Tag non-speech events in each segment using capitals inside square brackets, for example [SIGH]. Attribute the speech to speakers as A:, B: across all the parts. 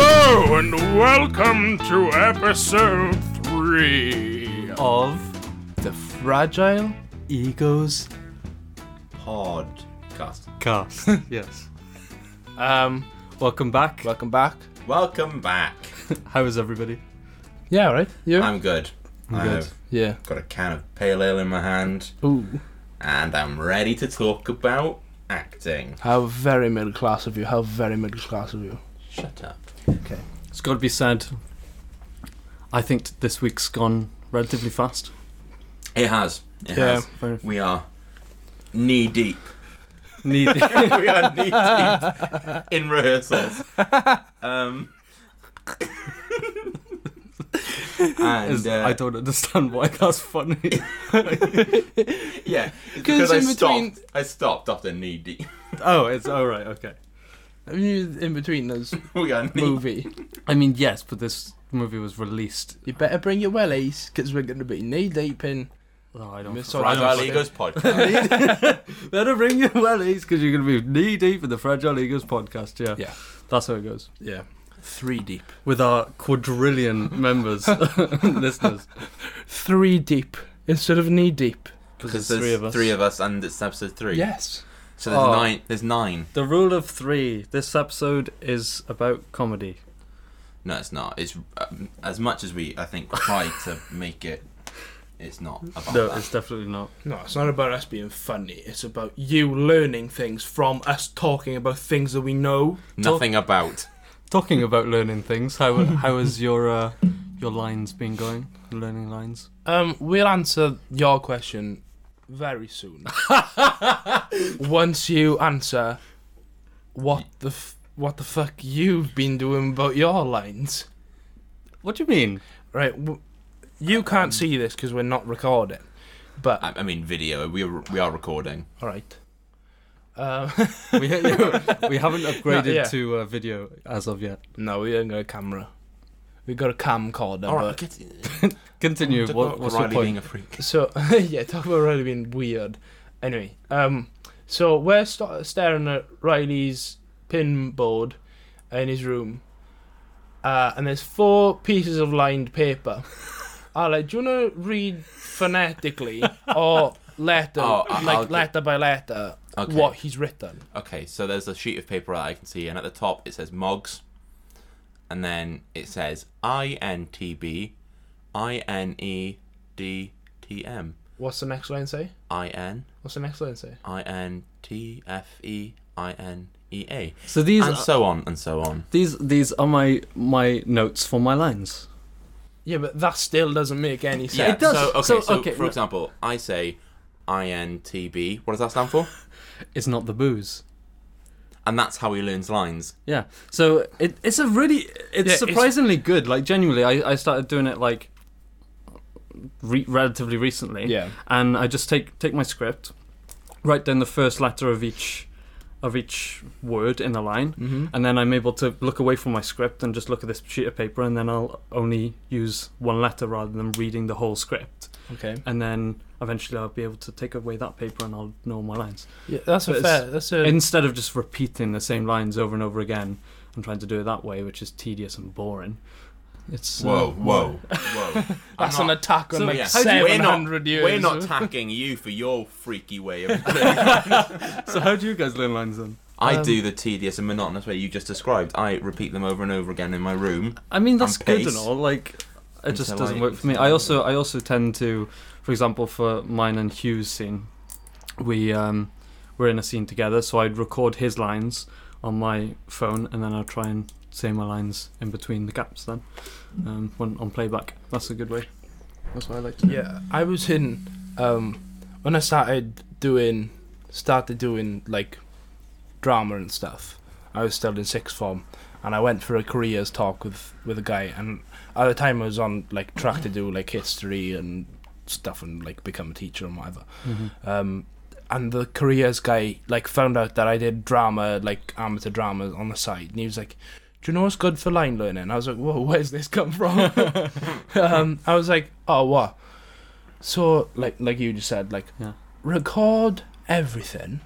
A: and welcome to episode three.
B: of the Fragile Egos
C: podcast.
D: [LAUGHS]
B: cast. yes. Um,
D: Welcome back.
B: welcome back.
C: Welcome back.
D: How is everybody?
B: Yeah, right. Yeah.
C: I'm good.
D: good.
C: I've
B: yeah.
C: got a can of pale ale in my hand,
B: Ooh,
C: and I'm ready to talk about acting.
B: how very middle class of you. How very middle class of you.
C: Shut up.
B: Okay.
D: It's got to be said. I think t- this week's gone relatively fast.
C: It has. It
B: Yeah.
C: has. We are knee deep. [LAUGHS]
D: Need-
C: we are knee deep in rehearsals. Um. [LAUGHS] and
D: is-
C: uh,
D: I don't understand why that's funny.
C: yeah, it's because I
B: in between-
C: stopped. I stopped after knee deep. [LAUGHS]
D: oh, it's all right. Okay.
B: I mean, in between [LAUGHS] this
C: we are knee
B: movie,
D: I mean, yes, but this movie was released.
B: you better bring your wellies because we're going to be knee deep in.
D: Oh, I don't.
B: Miss
D: feel-
B: Right,
C: Fragile
B: that's-
C: Egos podcast.
D: Better bring your wellies because you're going to be knee deep in the Fragile Egos podcast. Yeah.
B: Yeah.
D: That's how it goes
B: Yeah. Three deep.
D: with our quadrillion members, [LAUGHS] listeners.
B: Three deep instead of knee deep.
C: Because there's three of, us. and it's episode three.
B: Yes.
C: So there's
D: Oh.
C: nine. There's nine.
D: The rule of three. This episode is about comedy.
C: No, it's not. It's um, as much as we, I think, try to make it. It's not about
D: No,
C: that.
D: it's definitely not.
B: No, it's not about us being funny. It's about you learning things from us talking about things that we know.
C: Nothing about.
D: Talking about learning things, how how is your uh, your lines been going? Learning lines.
B: Um, we'll answer your question very soon. Once you answer what the f- what the fuck you've been doing about your lines,
D: What do you mean?
B: right? W- you can't see this because we're not recording, but
C: I, I mean, video. We are we are recording.
B: all right. Um,
D: We, [LAUGHS] we haven't upgraded
B: yeah.
D: to uh, video as of yet.
B: [LAUGHS] no, we don't got a camera. We got a camcorder.
C: All
B: but-
C: right. Get,
D: Continue.
C: talk
D: What,
C: about
D: what's your
C: Riley
D: point?
C: being a freak.
B: So [LAUGHS] yeah, talk about Riley being weird. Anyway, um, so we're st- staring at Riley's pin board in his room, uh, and there's four pieces of lined paper. Ale, do you want to read phonetically or letter,
C: Oh, I- I'll
B: like
C: do-
B: letter by letter,
C: Okay.
B: what he's written?
C: Okay. So there's a sheet of paper that I can see, and at the top it says Mogs, and then it says I N T B, I N E D T M,
B: What's the next line say?
C: I N
B: What's the next line say?
C: I N T F E I N E A,
D: So these
C: and
D: are,
C: so on and so on.
D: these these are my my notes for my lines.
B: Yeah, but that still doesn't make any sense.
C: Yeah.
D: It does.
C: So okay. So,
D: So, okay,
C: for
D: no-
C: example, I say INTB. What does that stand for?
D: It's not the booze.
C: And that's how he learns lines.
D: Yeah. So it, it's a really it's
B: Yeah, it's-
D: surprisingly good. Like genuinely, I, I started doing it like re- relatively recently.
B: Yeah.
D: and I just take take my script, write down the first letter of each of each word in a line,
B: Mm-hmm.
D: and then I'm able to look away from my script and just look at this sheet of paper, and then I'll only use one letter rather than reading the whole script,
B: Okay.
D: and then eventually I'll be able to take away that paper and I'll know my lines
B: Yeah, that's
D: But
B: a
D: it's-
B: fair. That's a
D: instead of just repeating the same lines over and over again and trying to do it that way, which is tedious and boring. It's uh,
C: whoa!
B: that's an attack on
D: So,
B: like
D: yeah. How do you-
B: seven
C: we're not,
B: hundred years.
C: we're not
B: of-
C: tacking you for your freaky way of.
D: so how do you guys learn lines then?
C: I do the tedious and monotonous way you just described. I repeat them over and over again in my room.
D: I mean, that's
C: and
D: good
C: pace.
D: and all. Like, it
C: And
D: just
C: so
D: doesn't
C: I-
D: work for me. I also, I also tend to, for example, for mine and Hugh's scene, we um, we're in a scene together, so I'd record his lines on my phone, and then I'll try and say my lines in between the gaps. Then, um, when, on playback, that's a good way. That's what I like to do.
B: Yeah, I was in um when I started doing started doing like drama and stuff. I was still in sixth form, and I went for a careers talk with with a guy. And at the time, I was on like track to do like history and stuff, and like become a teacher and whatever.
C: Mm-hmm.
B: Um, and the careers guy like found out that I did drama, like amateur drama on the side, and he was like, "Do you know what's good for line learning?" I was like, "Whoa, [LAUGHS] where's this come from?" um, I was like, "Oh, what?" So like like you just said, like
D: Yeah.
B: record everything,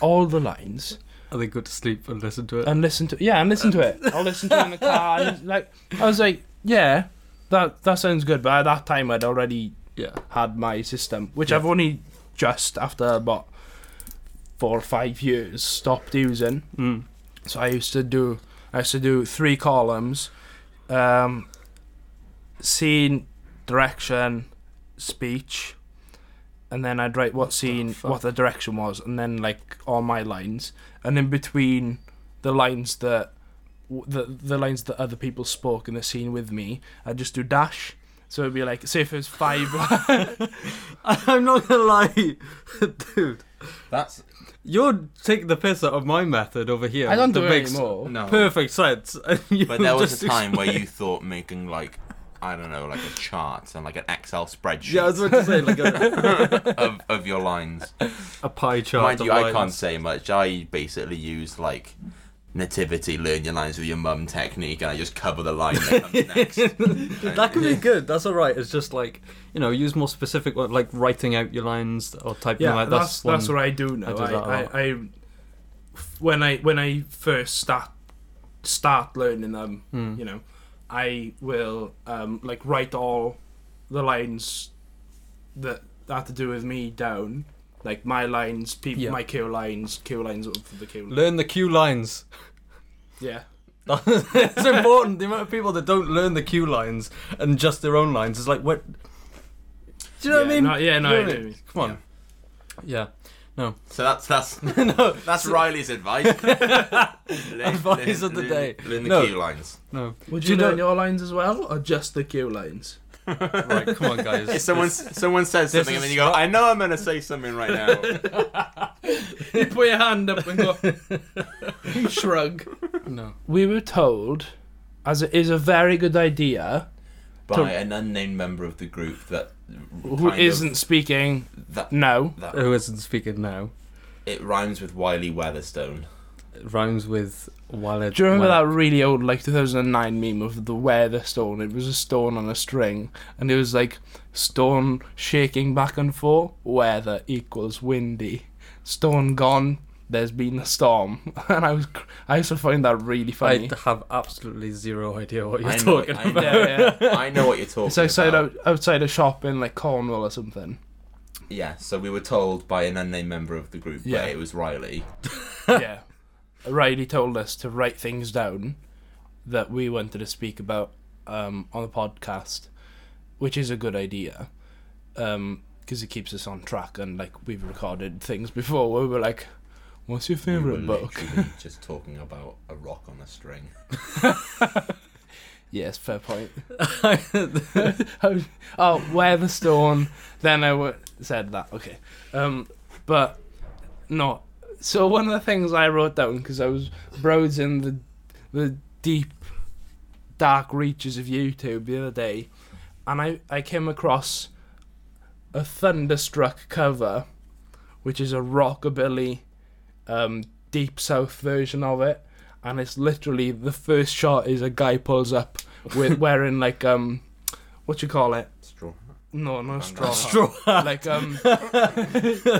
B: all the lines,
D: I think go to sleep and listen to it.
B: and listen to yeah and listen to it. I'll listen to it in the car. and it's like I was like, yeah, that that sounds good. But at that time, I'd already
D: yeah.
B: had my system, which
D: Yeah.
B: I've only just after about four or five years stopped using.
D: Mm. [LAUGHS]
B: So I used to do I used to do three columns, um, scene, direction, speech, and then I'd write what scene,
D: fuck?
B: what the direction was, and then like all my lines, and in between the lines that w- the the lines that other people spoke in the scene with me, I'd just do dash. So it'd be like, say if it was five. [LAUGHS]
D: I'm not gonna lie, [LAUGHS] dude.
C: That's
D: You're taking the piss out of my method over here.
B: I don't
D: that
B: do it
D: makes
B: anymore.
C: no.
D: Perfect sense.
C: Oh.
D: [LAUGHS]
C: But there was a time where you thought making like I don't know, like a chart and like an Excel spreadsheet
D: Yeah, I was about to say like
C: [LAUGHS]
D: a,
C: of, of your lines.
D: a pie chart.
C: Mind
D: of
C: you, I
D: lines.
C: can't say much. I basically use like nativity, learn your lines with your mum technique, and I just cover the line
D: [LAUGHS]
C: that comes next.
D: that could be good. That's all right. It's just like you know, use more specific, one- like writing out your lines or typing
B: yeah,
D: them out.
B: that's
D: one.
B: that's what I do now.
D: I do
B: I,
D: that a
B: I,
D: lot.
B: I, when I when I first start start learning them, you know, I will um, like write all the lines that have to do with me down, like my lines, people,
D: Yeah.
B: my Q lines, Q lines of the Q.
D: Learn the cue lines.
B: yeah,
D: [LAUGHS] it's important. The amount of people that don't learn the cue lines and just their own lines is like what. Do you know
B: yeah,
D: what I mean?
B: no, yeah, no,
D: You know
B: I
D: what I
B: do.
D: mean? Come on. Yeah. [LAUGHS]
C: So that's that's [LAUGHS]
D: no.
C: that's Riley's advice.
D: [LAUGHS] Advice of the
C: learn-
D: day.
C: Learn the
D: No.
C: cue lines.
D: No.
B: Would
D: Do
B: you,
D: you know-
B: learn your lines as well, or just the Q lines?
D: Right. Come on, guys.
C: If someone someone says
D: this
C: something and
D: is
C: then you go, I know I'm gonna say something
D: [LAUGHS]
C: right now.
B: [LAUGHS] you put your hand up and go. [LAUGHS] shrug.
D: No.
B: we were told, as it is a very good idea,
C: By an unnamed member of the group that
B: who
C: kind
B: isn't speaking
C: of, that
B: now.
C: that
D: Who isn't speaking now?
C: it rhymes with Wiley Weatherstone.
D: It rhymes with wallet.
B: Do you remember that really old, like 2009 meme of the weather stone? It was a stone on a string, and it was like stone shaking back and forth. Weather equals windy. Stone gone. There's been a storm, [LAUGHS] and I was cr- I used to find that really funny.
D: I have absolutely zero idea what you're
C: I know-
D: talking
C: I
D: about.
C: know-
B: yeah, yeah.
C: [LAUGHS] I know what you're talking
B: It's outside
C: about.
B: out, outside a shop in like Cornwall or something.
C: Yeah, so we were told by an unnamed member of the group
B: Yeah.
C: that it was Riley.
B: yeah. Riley told us to write things down that we wanted to speak about um, on the podcast, which is a good idea because it keeps us on track. And like we've recorded things before where we're like, "What's your
C: We were
B: favorite book?"
C: [LAUGHS] literally just talking about a rock on a string.
B: Yes, fair point. [LAUGHS] oh, oh, where the storm? Then I w- said that. Okay, um, but no. So one of the things I wrote down because I was browsing the the deep, dark reaches of YouTube the other day, and I I came across a thunderstruck cover, which is a rockabilly, um, deep south version of it, and it's literally the first shot is a guy pulls up
D: [LAUGHS]
B: with wearing like um, what you call it?
C: Straw.
B: No, no
C: Bandana.
B: straw. hat.
D: [LAUGHS] Straw hat.
B: Like um,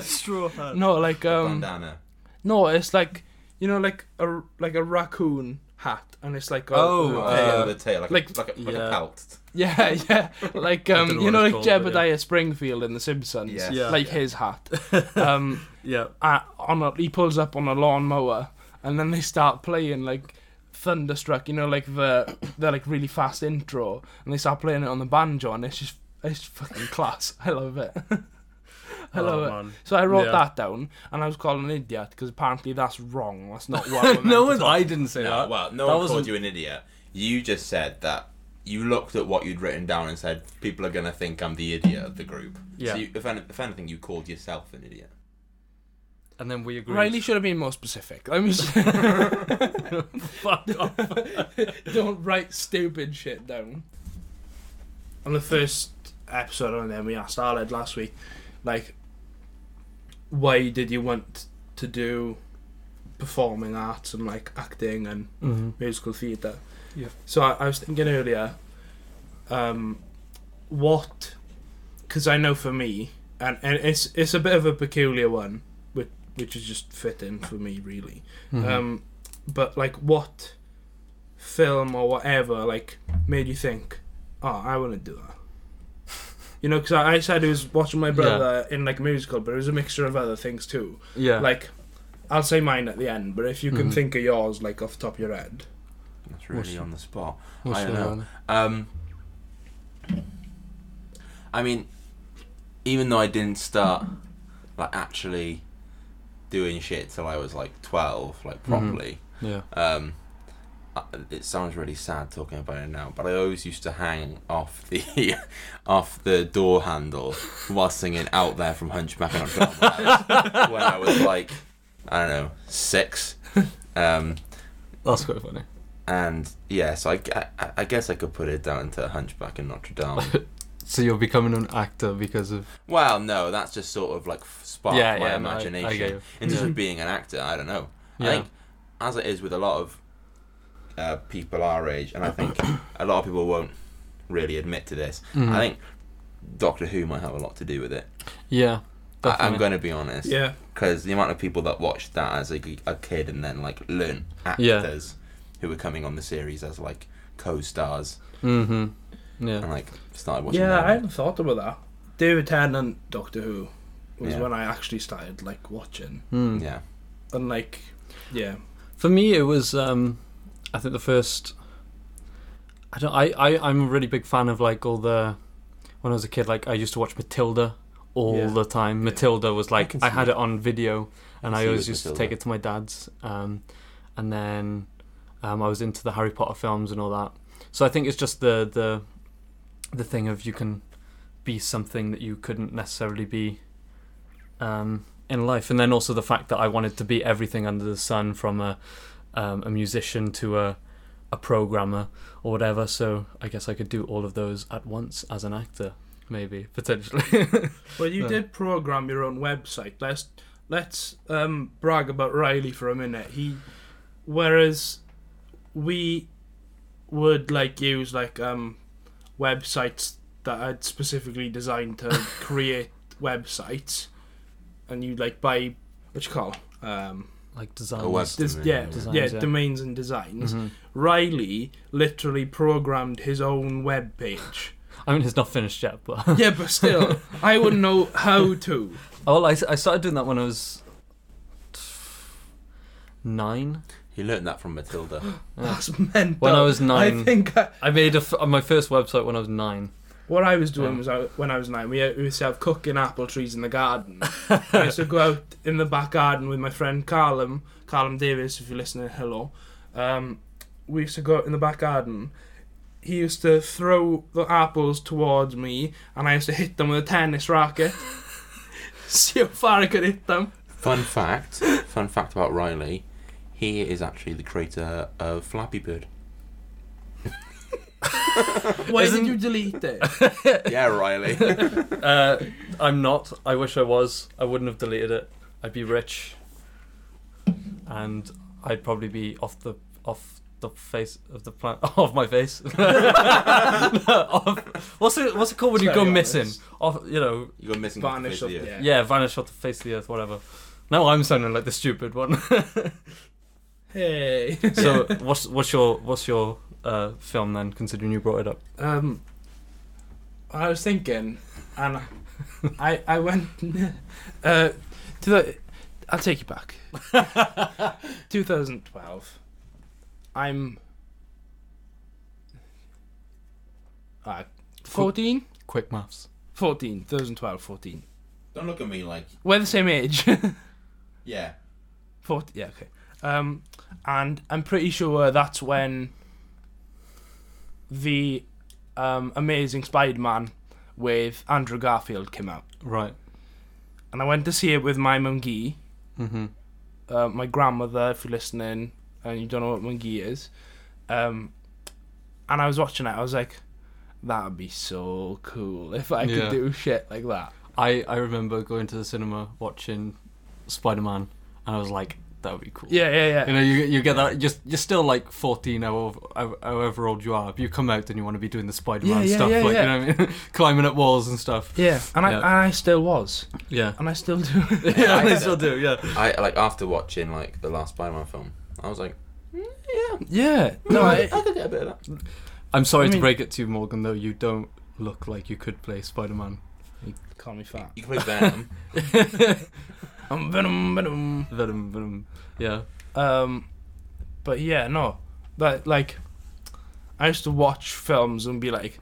D: straw hat.
B: no,
D: [LAUGHS]
B: like um,
C: Bandana.
B: no, it's like you know, like a like a raccoon hat, and it's like a,
D: Oh,
C: Oh,
B: a-
D: uh,
C: tail of the tail, like,
B: like-
C: like, like, a, like
D: yeah.
C: a pelt.
B: yeah, [LAUGHS] yeah, like
D: I
B: um,
D: don't know
B: you
D: what
B: know, like
D: it's called, but
B: Jebediah Springfield in The Simpsons,
C: Yes.
D: Yeah.
B: like his
D: [LAUGHS]
B: hat. Um,
D: Yeah.
B: uh, on a, he pulls up on a lawnmower, and then they start playing like thunderstruck, you know, like the they're like really fast intro, and they start playing it on the banjo, and it's just it's fucking class. [LAUGHS] I love it. I love it. So I wrote
D: Oh, Yeah.
B: that down, and I was called an idiot because apparently that's wrong. That's
D: [LAUGHS]
B: not what. we're meant
D: [LAUGHS] no
B: to
D: one.
B: talk-
D: I didn't say
C: No,
D: that.
C: well, no
D: that
C: one called
D: wasn't-
C: you an idiot. You just said that you looked at what you'd written down and said, people are going to think I'm the idiot of the group.
D: Yeah.
C: So you, if, any, if anything, you called yourself an idiot.
D: And then we agreed. [LAUGHS]
B: Riley should have been more specific. Let me s-
D: Fuck off.
B: don't write stupid shit down. On the first episode, and then we asked Arled last week, like, why did you want to do performing arts and like acting and
D: Mm-hmm.
B: musical theatre?
D: Yeah.
B: So I, I was thinking earlier, um, what? Because I know for me, and, and it's it's a bit of a peculiar one, which which is just fitting for me, really.
C: Mm-hmm.
D: Mm-hmm.
B: Um, but like, what film or whatever like made you think, oh, I want to do that?
C: [LAUGHS]
B: You know, because I, I said I was watching my brother in like a musical, but it was a mixture of other things too.
D: yeah.
B: Like, I'll say mine at the end, but if you can
C: Mm-hmm.
D: Mhm.
B: think of yours, like off the top of your head,
C: That's really
D: What's-
C: on the spot.
D: What's
C: I don't
D: your
C: know.
D: one?
C: Um, I mean, even though I didn't start like actually doing shit till I was like twelve, like properly.
D: Yeah.
C: Um, I- it sounds really sad talking about it now, but I always used to hang off the [LAUGHS] off the door handle while singing "Out There" from Hunchback and Notre Dame
D: [LAUGHS]
C: when I was- when I was like, I don't know, six. Um,
D: That's quite funny.
C: and yeah, so I, I, I guess I could put it down to Hunchback in Notre Dame.
D: [LAUGHS] So you're becoming an actor because of
C: well, no, that's just sort of like f- sparked
D: Yeah,
C: my
D: yeah, no, I- I get
C: imagination.
D: you. Mm-hmm.
C: in terms of being an actor, I don't know.
D: Yeah.
C: I think, as it is with a lot of uh, people our age, and
D: [COUGHS]
C: I think a lot of people won't really admit to this,
D: Mhm.
C: I think Doctor Who might have a lot to do with it.
D: yeah.
C: I, I'm
D: definitely.
C: going to be honest.
B: yeah,
C: Because the amount of people that watched that as a, a kid and then like learn
D: Yeah.
C: actors who were coming on the series as like co-stars
D: Mm-hmm. Yeah.
C: and like started watching.
B: yeah, I
C: that.
B: hadn't thought about that. David Tennant, Doctor Who, was
C: Yeah.
B: when I actually started like watching
D: Mm.
C: yeah,
B: and like, yeah,
D: For me, it was. Um, I think the first. I don't. I, I. I'm a really big fan of like all the. When I was a kid, like I used to watch Matilda all
B: Yeah.
D: the time. Matilda was like
C: can
D: I,
C: see
D: had
C: it.
D: it on video, and
C: can
D: I
C: see
D: always
C: with
D: used to
C: Matilda.
D: take it to my dad's. Um, and then, um, I was into the Harry Potter films and all that. So I think it's just the the, the thing of you can be something that you couldn't necessarily be. Um, in life, and then also the fact that I wanted to be everything under the sun, from a um, a musician to a a programmer or whatever. So I guess I could do all of those at once as an actor, maybe potentially. [LAUGHS]
B: Well, you
D: Yeah.
B: did program your own website. Let's let's um, brag about Riley for a minute. He, whereas we would like use like um, websites that are specifically designed to [LAUGHS] create websites, and you like buy what you call um,
D: like design.
C: a web
B: des-
C: domain,
B: yeah
D: Designs,
B: yeah
D: yeah.
B: domains and designs. Riley literally programmed his own web page.
D: I mean, it's not finished yet,
B: [LAUGHS]
D: but [LAUGHS]
B: Yeah, but still, I wouldn't know how to.
D: oh, I, I started doing that when I was nine.
C: He learned that from Matilda.
B: That's mental.
D: When I was
B: I
D: nine-
B: think I,
D: I made a f- uh, my first website when I was nine.
B: what I was doing
D: Yeah.
B: was I, when I was nine, we, we used to have cooking apple trees in the
D: [LAUGHS]
B: garden. I used to go out in the back garden with my friend Callum, Callum Davis, if you're listening, hello. Um, we used to go out in the back garden. He used to throw the apples towards me, and I used to hit them with a tennis
D: [LAUGHS]
B: racket. See how far I could hit them.
C: fun fact, fun fact about Riley, he is actually the creator of Flappy Bird.
B: Why
D: Isn't-
B: did you delete
D: [LAUGHS]
B: it?
C: Yeah, Riley.
D: Uh, I'm not. I wish I was. I wouldn't have deleted it. I'd be rich, and I'd probably be off the off the face of the planet [LAUGHS] off my face. Off- what's it What's it called when you
B: Very
D: go
B: honest.
D: missing? Off, you know,
C: you got missing.
B: Varnish
C: the
B: up,
C: face of the earth.
B: yeah.
D: yeah, vanish off the face of the earth, whatever. Now I'm sounding like the stupid one. [LAUGHS]
B: Hey.
D: so [LAUGHS] what's what's your what's your uh, film then? Considering you brought it up,
B: Um, I was thinking, and I I went [LAUGHS] uh, to the. I'll take you back. 2012. I'm. Uh, 14?
D: quick maths.
B: 14. 2012, 14.
C: Don't look at me like
B: We're the same age. [LAUGHS]
C: yeah.
B: 40, yeah, okay. Um, and I'm pretty sure that's when the um, Amazing Spider Man with Andrew Garfield came out.
D: Right.
B: And I went to see it with my mungee,
D: Mm-hmm.
B: uh, my grandmother, if you're listening and you don't know what mungee is. Um, and I was watching it, I was like, that would be so cool if I
D: Yeah.
B: could do shit like that.
D: I, I remember going to the cinema watching Spider Man, and I was like,
E: That would be cool.
B: Yeah, yeah, yeah.
D: You know, you, you get that. You're, you're still like 14, however, however old you are. But you come out and you want to be doing the Spider Man
B: Yeah, yeah,
D: stuff,
B: yeah,
D: like
B: yeah.
D: you know, what I mean? [LAUGHS] climbing up walls and stuff.
B: yeah, and I
D: Yeah.
B: and I still was, [LAUGHS]
D: Yeah, [LAUGHS]
B: and I still do.
D: yeah, they still do. Yeah,
C: I like after watching like the last Spider-Man film, I was like, "Mm, yeah,
B: [LAUGHS] yeah, no,
C: I,
B: I,
C: I could get a bit of that.
D: I'm sorry
B: I
D: to
B: mean-
D: break it to you, Morgan. Though you don't look like you could play Spider Man.
B: call me fat.
C: You can play Venom.
B: Um, venom, venom.
D: Venom, venom. Yeah,
B: Um, but yeah, no, but like, I used to watch films and be like,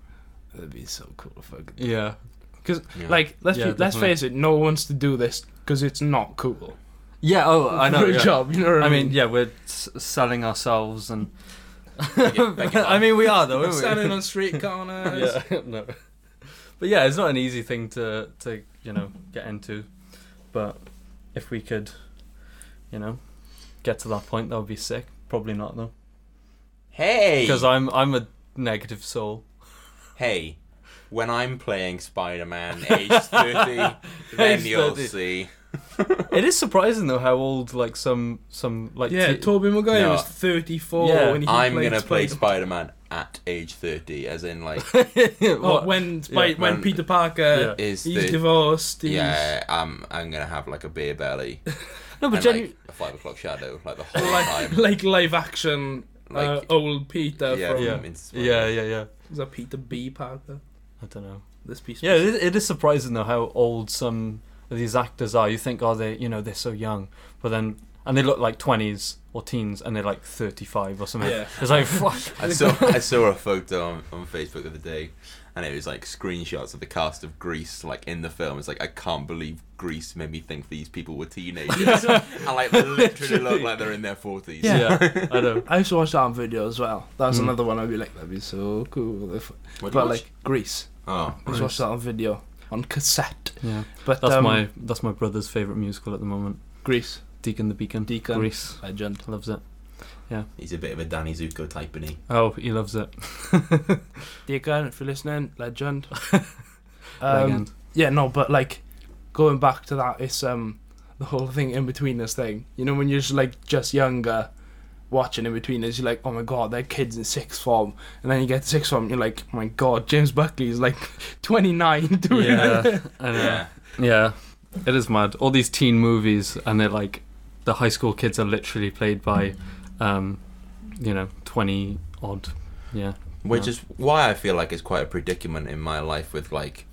B: that'd be so cool if I could.
D: yeah,
C: [LAUGHS] Yeah.
B: Like, let's be-
D: Yeah,
B: let's
D: definitely.
B: face it, no one wants to do this because it's not cool.
D: yeah. Oh, I know.
B: For a
D: yeah.
B: job, you know what
D: I
B: I
D: mean, yeah, we're s- selling ourselves, and
C: Thank you.
D: [LAUGHS] I mean, we are though, aren't
B: [LAUGHS]
D: we? [LAUGHS]
B: on street corners.
D: yeah, no. But yeah, it's not an easy thing to to you know get into, but if we could, you know, get to that point, that would be sick. Probably not though,
C: hey,
D: because I'm I'm a negative soul.
C: hey, when I'm playing Spider-Man, [LAUGHS] age thirty, then
D: Age
C: you'll
D: 30.
C: see.
D: It is surprising though how old like some some like
B: Yeah,
D: te-
B: Toby Maguire
C: No,
B: was 34
D: yeah,
B: when he
C: I'm
B: played
C: gonna play
B: Spider-
C: Spider-Man at age thirty, as in like
B: Oh,
D: What?
B: when Spy-
D: Yeah,
B: when
C: when-
B: Peter Parker
C: is
B: he's
C: the
B: divorced. He's,
C: yeah. I'm I'm gonna have like a beer belly
D: no, but
C: and
D: genu-
C: like a five o'clock shadow like the whole
B: like [LAUGHS]
C: time.
B: like live action uh,
C: Like
B: old Peter
C: yeah,
B: from
D: Yeah.
C: from Inside.
D: yeah, yeah, yeah.
B: is that Peter B Parker?
D: I don't know.
B: This piece.
D: Yeah, it is, it is surprising though how old some of these actors are. You think, oh, they, you know, they're so young, but then, and they look like twenties or teens, and they're like thirty-five or something.
B: Yeah.
D: It's like, fuck.
C: I saw I saw a photo on, on Facebook the other day, and it was like screenshots of the cast of Grease, like in the film. It's like I can't believe Grease made me think these people were teenagers, [LAUGHS] and like they literally look like they're in their
B: [LAUGHS]
C: forties.
B: Yeah.
C: [LAUGHS]
D: I know.
B: [LAUGHS] I used to watch that on video as well. That was
D: Hmm.
B: another one I'd be like, that'd be so cool. If,
C: What do you
B: but
C: watch?
B: like Greece,
C: oh,
B: I used to watch that on video on cassette.
D: Yeah,
B: But
D: that's
B: um,
D: my that's my brother's favorite musical at the moment.
B: Greece
D: Deacon the Beacon.
B: Deacon.
D: Grease
B: legend.
D: loves it.
C: he's a bit of a Danny Zuko type, is he?
D: Oh, he loves it.
B: Deacon, if you're listening, [LAUGHS] legend. Um,
D: Legend.
B: yeah, no, but like going back to that, it's um the whole thing in between us thing. You know, when you're just like just younger, watching in between us, you're like, oh my god, they're kids in sixth form, and then you get to sixth form, you're like, oh my god, James Buckley is like [LAUGHS] 29 [LAUGHS] doing it.
D: yeah, I know.
C: Yeah.
D: Yeah, it is mad. All these teen movies, and they're like, the high school kids are literally played by, um, you know, twenty odd. Yeah,
C: which
D: Yeah.
C: is why I feel like it's quite a predicament in my life with like,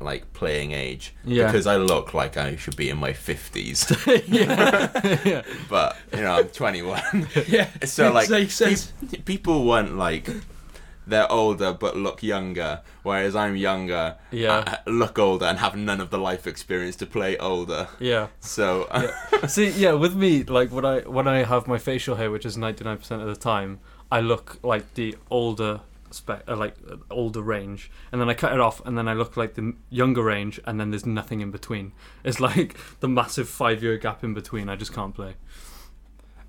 C: like playing age.
D: Yeah.
C: Because I look like I should be in my
D: [LAUGHS]
C: fifties, [LAUGHS]
D: yeah, yeah,
C: but you know I'm 21.
B: yeah. [LAUGHS]
C: So like,
B: Makes sense.
C: peop- [LAUGHS] people weren't like they're older but look younger, whereas I'm younger,
D: [LAUGHS] yeah,
C: uh, look older and have none of the life experience to play older.
D: yeah.
C: So
D: See, yeah, with me, like when I when I have my facial hair, which is ninety nine percent of the time, I look like the older spec, uh, like uh, older range, and then I cut it off, and then I look like the m- younger range, and then there's nothing in between. [LAUGHS] It's like the massive five year gap in between. I just can't play.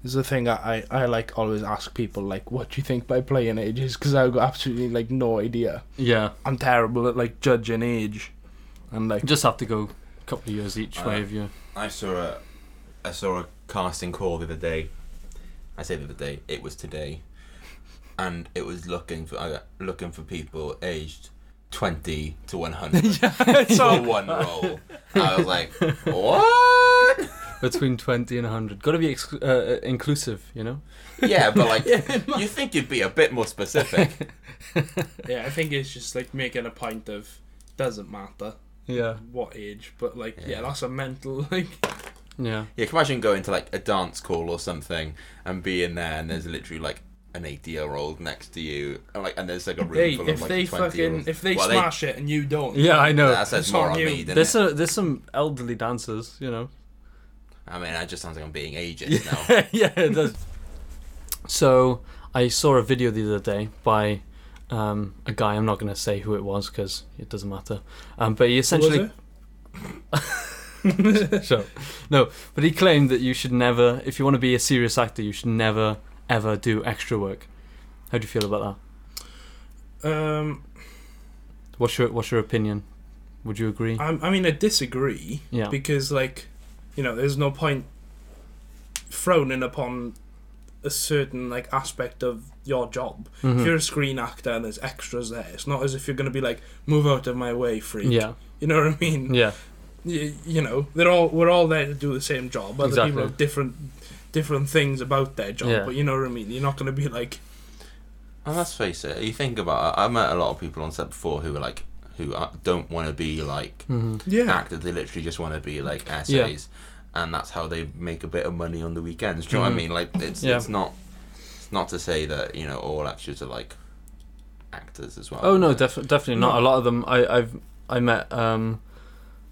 B: This is the thing I, I, I like always ask people like, what do you think by playing ages? Because I've got absolutely like no idea.
D: Yeah,
B: I'm terrible at like judging age, and like
D: just have to go a couple of years each way [LAUGHS]
C: Uh,
D: of you.
C: I saw a I saw a casting call the other day. I say the other day, it was today, and it was looking for uh, looking for people aged. 20
B: [LAUGHS]
C: to 100 for one role. I was like, what?
D: [LAUGHS] Between twenty and hundred, got to be exclu- uh, uh, inclusive, you know.
C: Yeah,
B: [LAUGHS]
C: but like, you think you'd be a bit more specific. [LAUGHS]
B: yeah, I think it's just like making a point of doesn't matter
D: Yeah,
B: what age, but like yeah,
C: Yeah.
B: that's a mental [LAUGHS] like
D: yeah.
C: Yeah, can you imagine going to like a dance call or something and being there, and there's literally like an 80 year old next to you, and like, and there's like a room
B: hey,
C: full
B: if
C: of like
B: they
C: 20 year
B: fucking
C: olds.
B: if they
C: Well,
B: smash it and you don't,
D: Yeah, I know.
C: that says
B: it's
C: more
B: on
C: on
B: you.
C: me. Than
D: there's
C: it?
D: a, there's some elderly dancers, you know.
C: I mean, that just sounds like I'm being ageist now.
D: [LAUGHS] yeah, it does. So I saw a video the other day by um, a guy. I'm not going to say who it was because it doesn't matter. Um, but he essentially [LAUGHS] so no, but he claimed that you should never, if you want to be a serious actor, you should never ever do extra work. How do you feel about
B: Um,
D: that? What's your What's your opinion? Would you agree?
B: I, I mean, I disagree
D: Yeah.
B: because like, you know, there's no point frowning upon a certain like aspect of your job. If
D: Mhm.
B: you're a screen actor and there's extras there, it's not as if you're going to be like, move out of my way, freak.
D: Yeah,
B: You know what I mean?
D: yeah,
B: Y- you know, they're all we're all there to do the same job. Other
D: Exactly.
B: people have different different things about their job,
D: Yeah.
B: but you know what I mean. You're not going to be like,
C: And let's face it, you think about it, I met a lot of people on set before who are like, who uh, don't want to be like
D: hmm
B: yeah,
C: actors, they literally just want to be like essays. And that's how they make a bit of money on the weekends. Do you know what
D: Mhm.
C: I mean? Like, it's,
D: Yeah.
C: it's not it's not to say that, you know, all actors are like actors as well.
D: Oh no,
C: you know?
D: def- definitely not. A lot of them. I, I've I met um,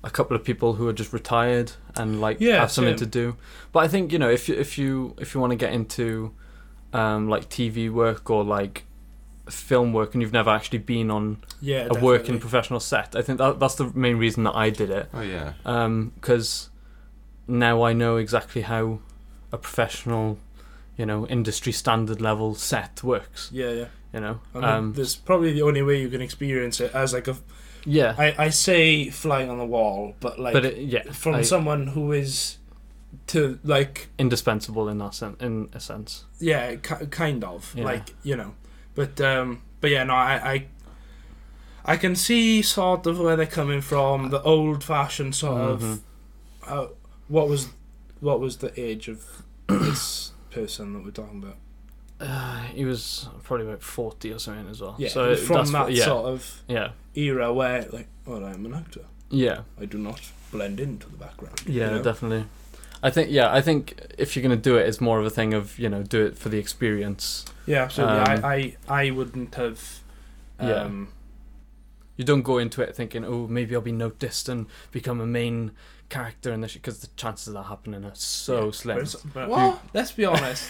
D: a couple of people who are just retired and like
B: Yeah,
D: have something
B: same.
D: to do. But I think you know if you if you if you want to get into um, like TV work or like film work and you've never actually been on
B: yeah,
D: a working
B: definitely.
D: professional set, I think that that's the main reason that I did it
C: Oh, yeah.
D: because now I know exactly how a professional, you know, industry standard level set works.
B: Yeah, yeah.
D: You know,
B: I mean,
D: um,
B: there's probably the only way you can experience it as like a.
D: yeah,
B: I, I say flying on the wall, but like
D: but it, yeah,
B: from
D: I-
B: someone who is to like
D: indispensable in that sen- in a sense.
B: yeah, ki kind of
D: Yeah.
B: like you know, but um, but yeah, no, I. I I can see sort of where they're coming from, the old-fashioned sort of
D: Mhm.
B: uh, what was what was the age of this person that we're talking about?
D: Uh, he was probably about forty or something as well.
B: Yeah,
D: so
B: from
D: that's
B: that
D: what- yeah,
B: sort of
D: yeah,
B: era where, like, well, I'm an actor.
D: yeah,
B: I do not blend into the background. you
D: yeah,
B: know?
D: definitely. I think yeah, I think if you're gonna do it, it's more of a thing of you know do it for the experience.
B: yeah, absolutely.
D: Um,
B: I, I, I wouldn't have.
D: Yeah.
B: Um,
D: You don't go into it thinking, oh, maybe I'll be noticed and become a main character in this because the chances of that happening are so
B: yeah,
D: slim.
B: but it's- but-
D: What?
B: Let's be honest.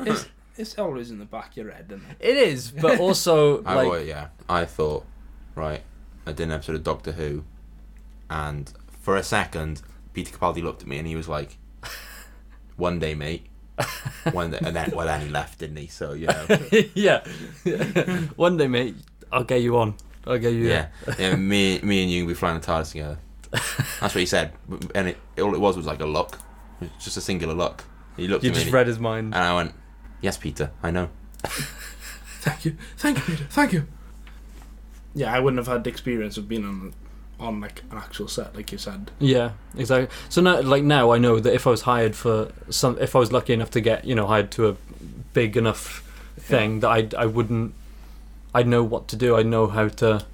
B: it's, it's always in the back of your head, isn't it?
D: [LAUGHS] It is, but
C: [LAUGHS]
D: also
C: I
D: like
C: always, yeah. I thought, right, I did an episode of Doctor Who, and for a second, Peter Capaldi looked at me and he was like, [LAUGHS] "One
D: [LAUGHS]
C: day, mate." One day, and then well, then he left, didn't he? So you know,
D: [LAUGHS] yeah. One day, mate, I'll get you on. I'll get you.
C: yeah, yeah. Me, me and you will be flying the
D: [LAUGHS]
C: TARDIS together. That's what he said, and it, all it was was like a look, It was just a singular look. He looked
D: You
C: at me,
D: just
C: and,
D: read his mind.
C: he- and I went, "Yes, Peter, I know."
B: Thank you, thank you, Peter. Thank you. Yeah, I wouldn't have had the experience of being on, on like an actual set, like you said.
D: Yeah, exactly. So now, like now, I know that if I was hired for some, if I was lucky enough to get, you know, hired to a big enough thing, that I, I wouldn't, I'd know what to do. I know how to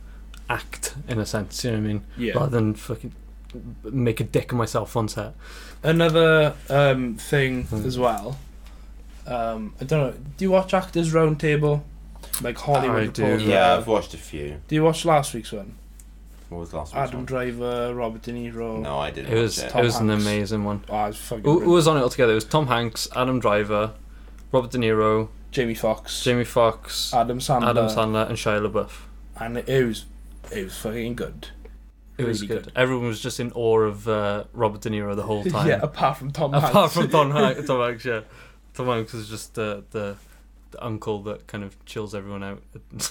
D: act in a sense. You know what I mean?
B: Yeah.
D: Rather than fucking make a dick of myself on set.
B: Another um, thing
D: Hmm.
B: as well. Um, I don't know. Do you watch Actors Roundtable? Like Hollywood
D: I do.
B: Reporter.
C: watched a few.
B: Do you watch last week's one?
C: What was the last
B: Adam Driver, Robert De Niro.
C: I didn't.
D: It was,
B: it.
D: it
B: Tom
D: was an
B: Hanks.
D: amazing one.
B: Oh, it's fucking.
D: Who, who
B: brilliant.
D: was on it altogether? It was Tom Hanks, Adam Driver, Robert De Niro,
B: Jamie Foxx,
D: Jamie Foxx,
B: Adam Sandler,
D: Adam Sandler, and Shia LaBeouf.
B: and it was, it was fucking good.
D: It was
B: Really
D: good. Everyone was just in awe of uh, Robert De Niro the whole time.
B: [LAUGHS] Yeah, apart from Tom.
D: [LAUGHS] apart
B: Hanks.
D: from
B: [LAUGHS]
D: Tom Hanks, Tom Hanks, yeah. Tom Hanks is just the, the the uncle that kind of chills everyone out. [LAUGHS]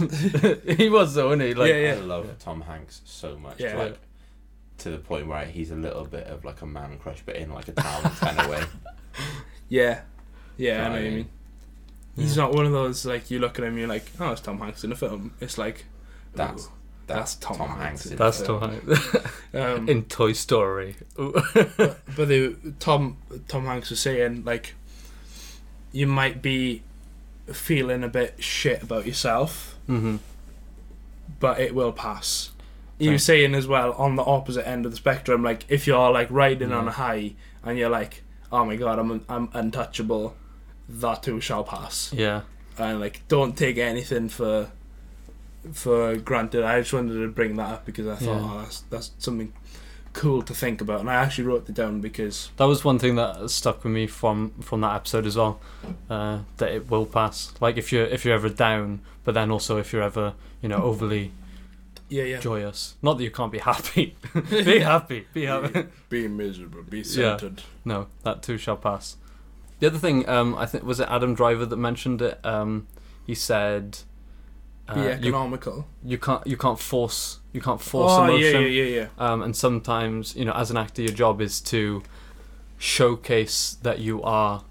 D: he was though, wasn't he? Like,
B: Yeah, yeah.
C: I love Tom Hanks so much.
B: Yeah.
C: Like, to the point where he's a little bit of like a man crush, but in like
D: [LAUGHS]
C: a Talent kind of way.
B: Yeah, yeah, I
C: Right.
B: know what you mean. He's not one of those like you look at him, you're like, oh, it's Tom Hanks in a film. It's like,
C: That's
B: ooh,
C: that's, Tom, Hanks. in
D: That's
C: the
D: Tom
C: film.
D: Hanks [LAUGHS]
B: Um,
D: in Toy Story.
B: but the Tom Tom Hanks was saying like, you might be feeling a bit shit about yourself,
D: mm-hmm.
B: but it will pass. He was saying as well on the opposite end of the spectrum, like if you're like riding on
D: Yeah.
B: a high and you're like, oh my god, I'm I'm untouchable, that too shall pass.
D: Yeah,
B: and like don't take anything for for granted. I just wanted to bring that up because I thought
D: Yeah.
B: oh, that's that's something cool to think about, and I actually wrote it down because
D: that was one thing that stuck with me from from that episode as well. Uh, that it will pass. Like if you're if you're ever down, but then also if you're ever
B: [LAUGHS]
D: you know overly
B: yeah, yeah, [LAUGHS]
D: joyous. Not that you can't be happy. [LAUGHS] be happy. Be happy.
B: be miserable, be
D: Yeah.
B: centered.
D: No, that too shall pass. The other thing, um, I think, was it Adam Driver that mentioned it. Um, he said,
B: be
D: uh, "You
B: economical.
D: you can't you can't force you can't force
B: Oh, yeah,
D: emotion."
B: yeah, yeah, yeah.
D: Um, and sometimes, you know, as an actor, your job is to showcase that you are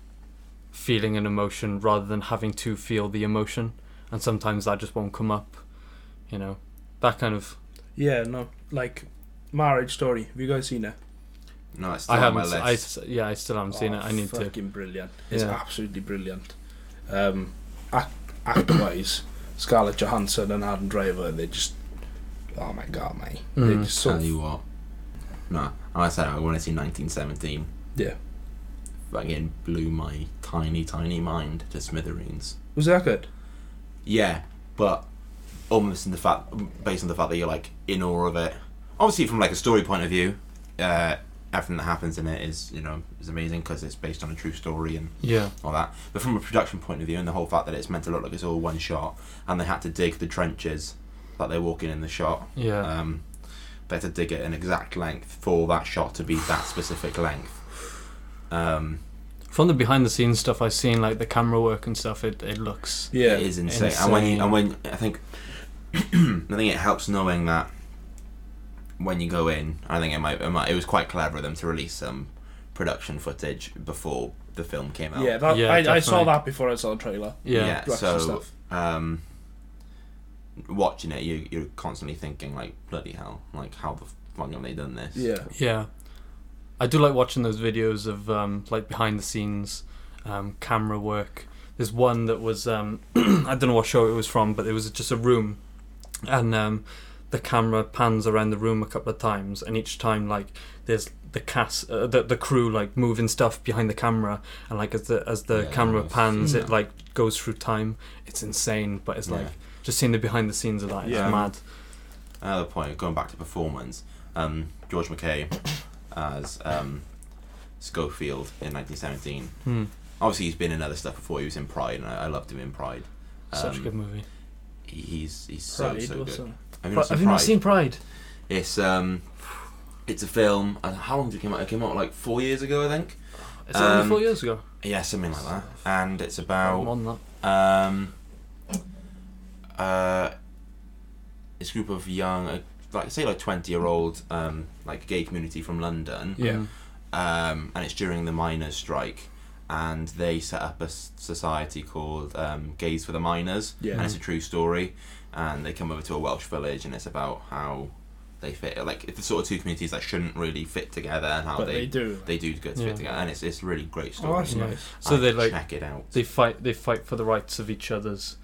D: feeling an emotion rather than having to feel the emotion. And sometimes that just won't come up, you know. That kind of
B: Yeah, no, like Marriage Story. Have you guys seen it?
C: No, it's still
D: I
C: on
D: haven't.
C: my
D: s-
C: list.
D: I s- yeah, I still haven't seen it. I need
B: Oh, fucking
D: to.
B: brilliant. It's
D: Yeah.
B: absolutely brilliant. Um, act, actor-wise, [CLEARS THROAT] Scarlett Johansson and Adam Driver, they just, oh my god, mate,
D: Mhm.
B: they just so
C: Tell you what. No, I said I want to see 1917.
B: yeah.
C: Fucking blew my tiny, tiny mind to smithereens.
B: Was that good?
C: Yeah, but almost in the fact, based on the fact that you're like in awe of it. Obviously, from like a story point of view, uh, everything that happens in it is you know is amazing because it's based on a true story and
D: Yeah.
C: all that. But from a production point of view, and the whole fact that it's meant to look like it's all one shot, and they had to dig the trenches that they're walking in the shot.
D: Yeah.
C: Um, they had to dig it an exact length for that shot to be that specific length. Um,
D: From the behind the scenes stuff I've seen, like the camera work and stuff, it, it looks.
B: Yeah,
C: It is insane. And when you,
D: Insane.
C: and when I think [CLEARS THROAT] I think it helps knowing that when you go in, I think it might, it might it was quite clever of them to release some production footage before the film came out.
B: yeah. That,
D: Yeah,
B: I, I saw
D: definitely.
B: that before I saw the trailer.
D: Yeah.
C: Yeah,
B: Lots
C: so
B: of stuff.
C: um watching it you you're constantly thinking like bloody hell, like how the fuck have they done this?
B: Yeah,
D: Yeah. I do like watching those videos of um, like behind the scenes um, camera work. There's one that was um, [CLEARS THROAT] I don't know what show it was from, but it was just a room, and um, the camera pans around the room a couple of times, and each time like there's the cast, uh, the the crew like moving stuff behind the camera, and like as the as the
C: Yeah,
D: camera
C: I've
D: pans,
C: seen
D: it
C: that.
D: like goes through time. It's insane, but it's
C: Yeah.
D: like just seeing the behind the scenes of that is
C: Yeah.
D: mad.
C: Another point, going back to performance, um, George McKay [COUGHS] as um, Schofield in 1917.
D: Hmm.
C: Obviously, he's been in other stuff before. He was in Pride, and I, I loved him in Pride.
D: Such a
C: Um,
D: good movie.
C: he- He's he's so
B: Pride
C: so
B: or
C: good.
B: something.
C: Have you not seen
D: Have you
C: Pride?
D: not seen Pride?
C: It's um, it's a film. And how long did it come out? It came out like four years ago, I think.
D: It's only
C: Um,
D: four years ago.
C: Yeah, something like that. And it's
D: I'm
C: about
D: on that.
C: um, uh, this group of young, uh, like say like twenty year old um, like gay community from London.
B: Mm-hmm. Yeah.
D: Mm.
C: um, and it's during the miners' strike, and they set up a s- society called um, Gays for the Miners,
B: Yeah.
C: and it's a true story. And they come over to a Welsh village, and it's about how they fit, like it's the sort of two communities that shouldn't really fit together, and how
B: but
C: they
B: they do.
C: they do good
D: Yeah.
C: fit together, and it's it's a really great
B: oh,
C: story.
B: that's
D: Yeah.
B: nice.
D: So
C: I
D: they like
C: check it out.
D: they fight they fight for the rights of each other's.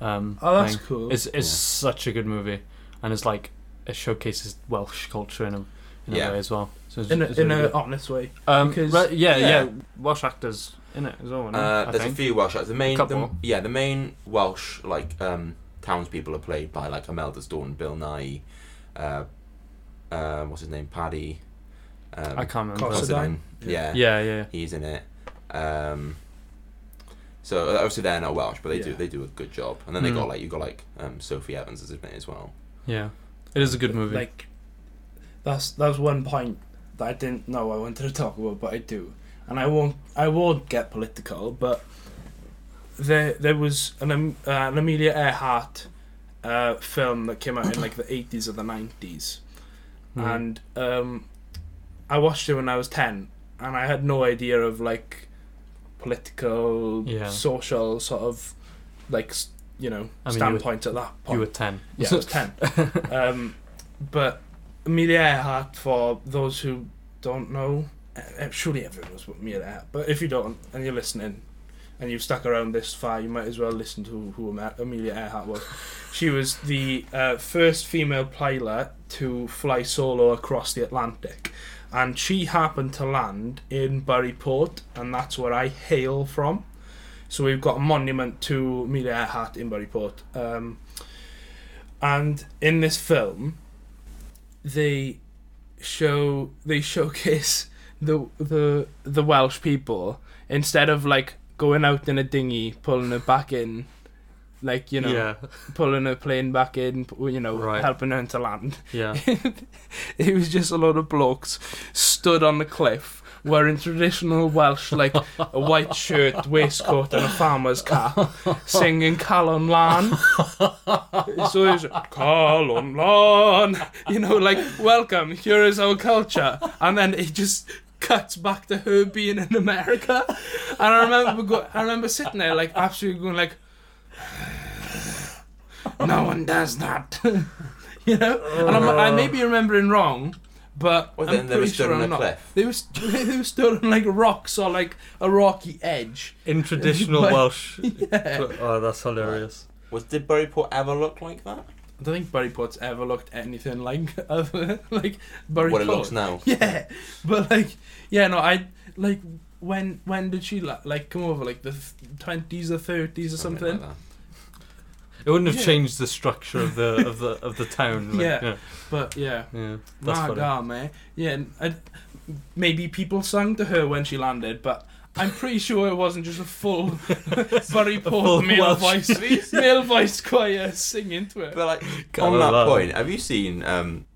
D: Um,
B: Oh, that's
D: thing.
B: cool.
D: It's it's
C: Yeah.
D: such a good movie, and it's like it showcases Welsh culture in a in a
C: Yeah.
D: way as well. So it's,
B: in a,
D: it's
B: in
D: really
B: an
D: good.
B: honest way.
D: um,
B: because-
D: right, yeah, yeah
C: yeah.
D: Welsh actors in it as well. isn't it?
C: Uh,
D: I
C: there's a
D: think.
C: few Welsh actors. The main, the,
D: Couple.
C: yeah, the main Welsh like um, townspeople are played by like Imelda Staunton, Bill Nye, uh, uh, what's his name, Paddy. Um,
D: I can't remember.
B: Considine.
C: Considine. Yeah.
D: Yeah, yeah, yeah.
C: he's in it. Um, so uh, obviously they're not Welsh, but they do
B: Yeah.
C: they do a good job. And then they
B: Hmm.
D: Mm.
C: got like you got like um, Sophie Evans is in it as well.
D: yeah. It is a good movie.
B: Like, that's that's one point that I didn't know I wanted to [LAUGHS] talk about, but I do, and I won't I won't get political. But there there was an um, uh, an Amelia Earhart uh, film that came out in like the eighties or the nineties,
D: Mm.
B: and um, I watched it when I was ten, and I had no idea of like political,
D: Yeah.
B: social sort of like s- you know
D: I mean, you were-
B: standpoint at that point.
D: you were ten.
B: Yeah, it was 10. um, but Amelia Earhart, for those who don't know, eh, eh, surely everyone knows what Amelia Earhart, but if you don't and you're listening and you've stuck around this far, you might as well listen to who Ame- Amelia Earhart was. She was the uh, first female pilot to fly solo across the Atlantic. And she happened to land in Buryport, and that's where I hail from. So we've got a monument to Amelia Earhart in Buryport. Um, and in this film, they show they showcase [LAUGHS] the the the Welsh people instead of like going out in a dinghy, pulling it back in, like you know,
D: [LAUGHS] yeah,
B: pulling a plane back in, p- you know,
D: Right.
B: helping her to land. [LAUGHS]
D: yeah.
B: it was just a lot of blokes stood on the cliff wearing traditional Welsh, like a white shirt, waistcoat, and a farmer's cap, singing Calon Lan. so it's Calon Lan, you know, like, welcome, here is our culture. And then it just cuts back to her being in America, and I remember go- I remember sitting there like absolutely going like, no one does that, [LAUGHS] you know. And I'm, I may be remembering wrong, but
C: Well,
B: I'm
C: then they were
B: pretty
C: stood
B: sure
C: on
B: I'm
C: a
B: not.
C: cliff.
B: They were st- [LAUGHS] they were stood on like rocks or like a rocky edge.
D: in
C: [LAUGHS]
D: traditional
B: But-
D: Welsh. Oh, that's hilarious.
C: Was did Buryport ever look like that?
B: I don't think Buryport's ever looked anything like [LAUGHS] other like Buryport.
C: what it looks now.
B: [LAUGHS] Yeah, but like, yeah, no, I like when when did she la- like come over? Like the twenties or thirties or something.
C: like
D: It wouldn't have
B: Yeah.
D: changed the structure of the of the of the town. Like,
B: Yeah.
D: yeah,
B: But yeah,
D: yeah, that's
B: my
D: funny.
B: God, man, yeah, and I, maybe people sang to her when she landed, but. I'm pretty sure it wasn't just a full [LAUGHS]
D: full
B: Buryport male
D: Welsh-
B: voice, male voice choir singing to
C: that.
B: it.
C: But like
D: God,
C: on that
D: I love
C: point, have you seen? Um,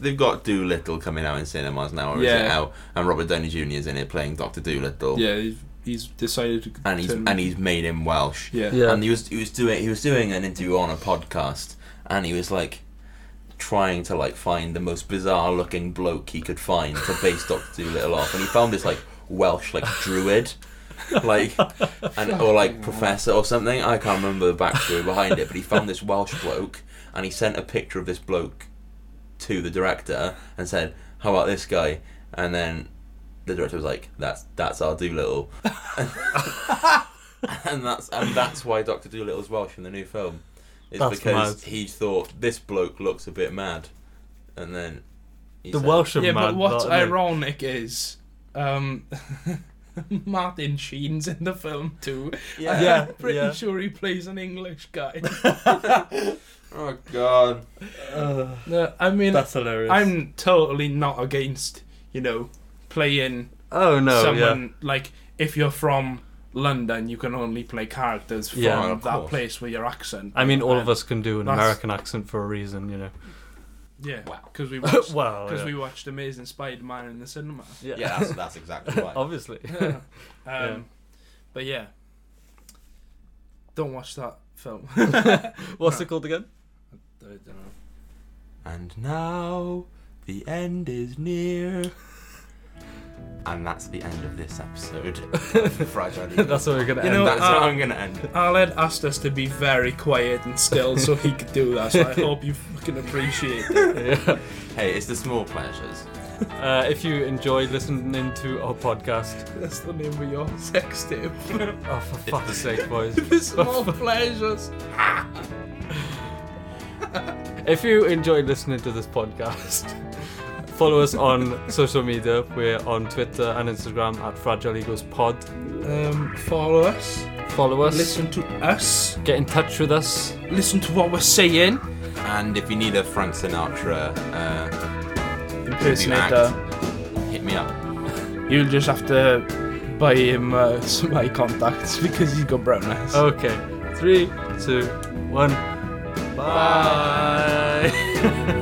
C: they've got Doolittle coming out in cinemas now, or is it
B: Yeah.
C: out? And Robert Downey Jr. is in it playing Doctor Doolittle.
B: Yeah, he's, he's decided to.
C: And he's
B: turn-
C: and he's made him Welsh.
B: yeah.
D: Yeah.
C: And he was he was doing he was doing an interview on a podcast, and he was like trying to like find the most bizarre looking bloke he could find to base Doctor Doolittle off, and he found this like Welsh like druid. like and or like professor or something I can't remember the backstory behind it but he found this Welsh bloke and he sent a picture of this bloke to the director and said how about this guy and then the director was like that's that's our Doolittle [LAUGHS] and that's and that's why Doctor Doolittle's Welsh in the new film. It's
D: That's
C: because
D: mad.
C: he thought this bloke looks a bit mad, and then he
D: The
C: said-
D: Welsh are
B: Yeah,
D: mad.
B: but what's
D: aren't they?
B: ironic is um, [LAUGHS] Martin Sheen's in the film too. [LAUGHS]
C: Yeah.
D: Yeah.
B: I'm pretty sure he plays an English
D: [LAUGHS]
B: guy.
C: Oh God.
D: Uh,
B: No, I mean,
D: that's hilarious.
B: I'm totally not against you know playing
D: Oh no, yeah.
B: someone like if you're from London, you can only play characters from
D: Yeah,
C: of
B: that
C: course.
B: place with your accent.
D: I mean, all
B: Um,
D: of us can do an
B: that's-
D: American accent for a
B: [LAUGHS]
D: reason, you know.
B: Yeah, because
D: [LAUGHS]
B: we watched
D: well,
B: because
D: yeah.
B: we watched Amazing Spider-Man in the cinema.
D: [LAUGHS]
B: [LAUGHS]
C: Yeah, that's, that's exactly right.
D: obviously.
B: um,
D: Yeah.
B: But yeah, don't watch that
D: [LAUGHS]
B: film. [LAUGHS]
D: What's
B: No.
D: it called again?
B: I don't know.
C: and now the end is near. And that's the end of this episode. of
D: [LAUGHS]
C: Fragile Eagle.
D: [LAUGHS] that's what we're gonna
B: You
D: end.
B: know,
C: that's
B: uh,
C: how I'm gonna end it.
B: Aled asked us to be very quiet and still so he could do that, so
D: [LAUGHS]
B: I hope you fucking appreciate it.
C: [LAUGHS]
D: Yeah.
C: Hey, it's the small pleasures.
D: Uh, if you enjoy listening to our podcast,
B: That's the name of your sex tape. [LAUGHS]
D: oh for fuck's sake, [LAUGHS] boys!
B: the small pleasures.
D: If you enjoy listening to this podcast, [LAUGHS] follow us on social media. We're on Twitter and Instagram at Fragile Egos Pod.
B: Um, follow us,
D: Follow us.
B: listen to us,
D: Get in touch with us.
B: listen to what we're saying.
C: And if you need a Frank Sinatra uh,
B: Impersonator.
C: hit me up.
B: You'll just have to buy him uh, [LAUGHS] some eye contacts because he's got brown eyes.
D: Okay, three, two, one. Bye.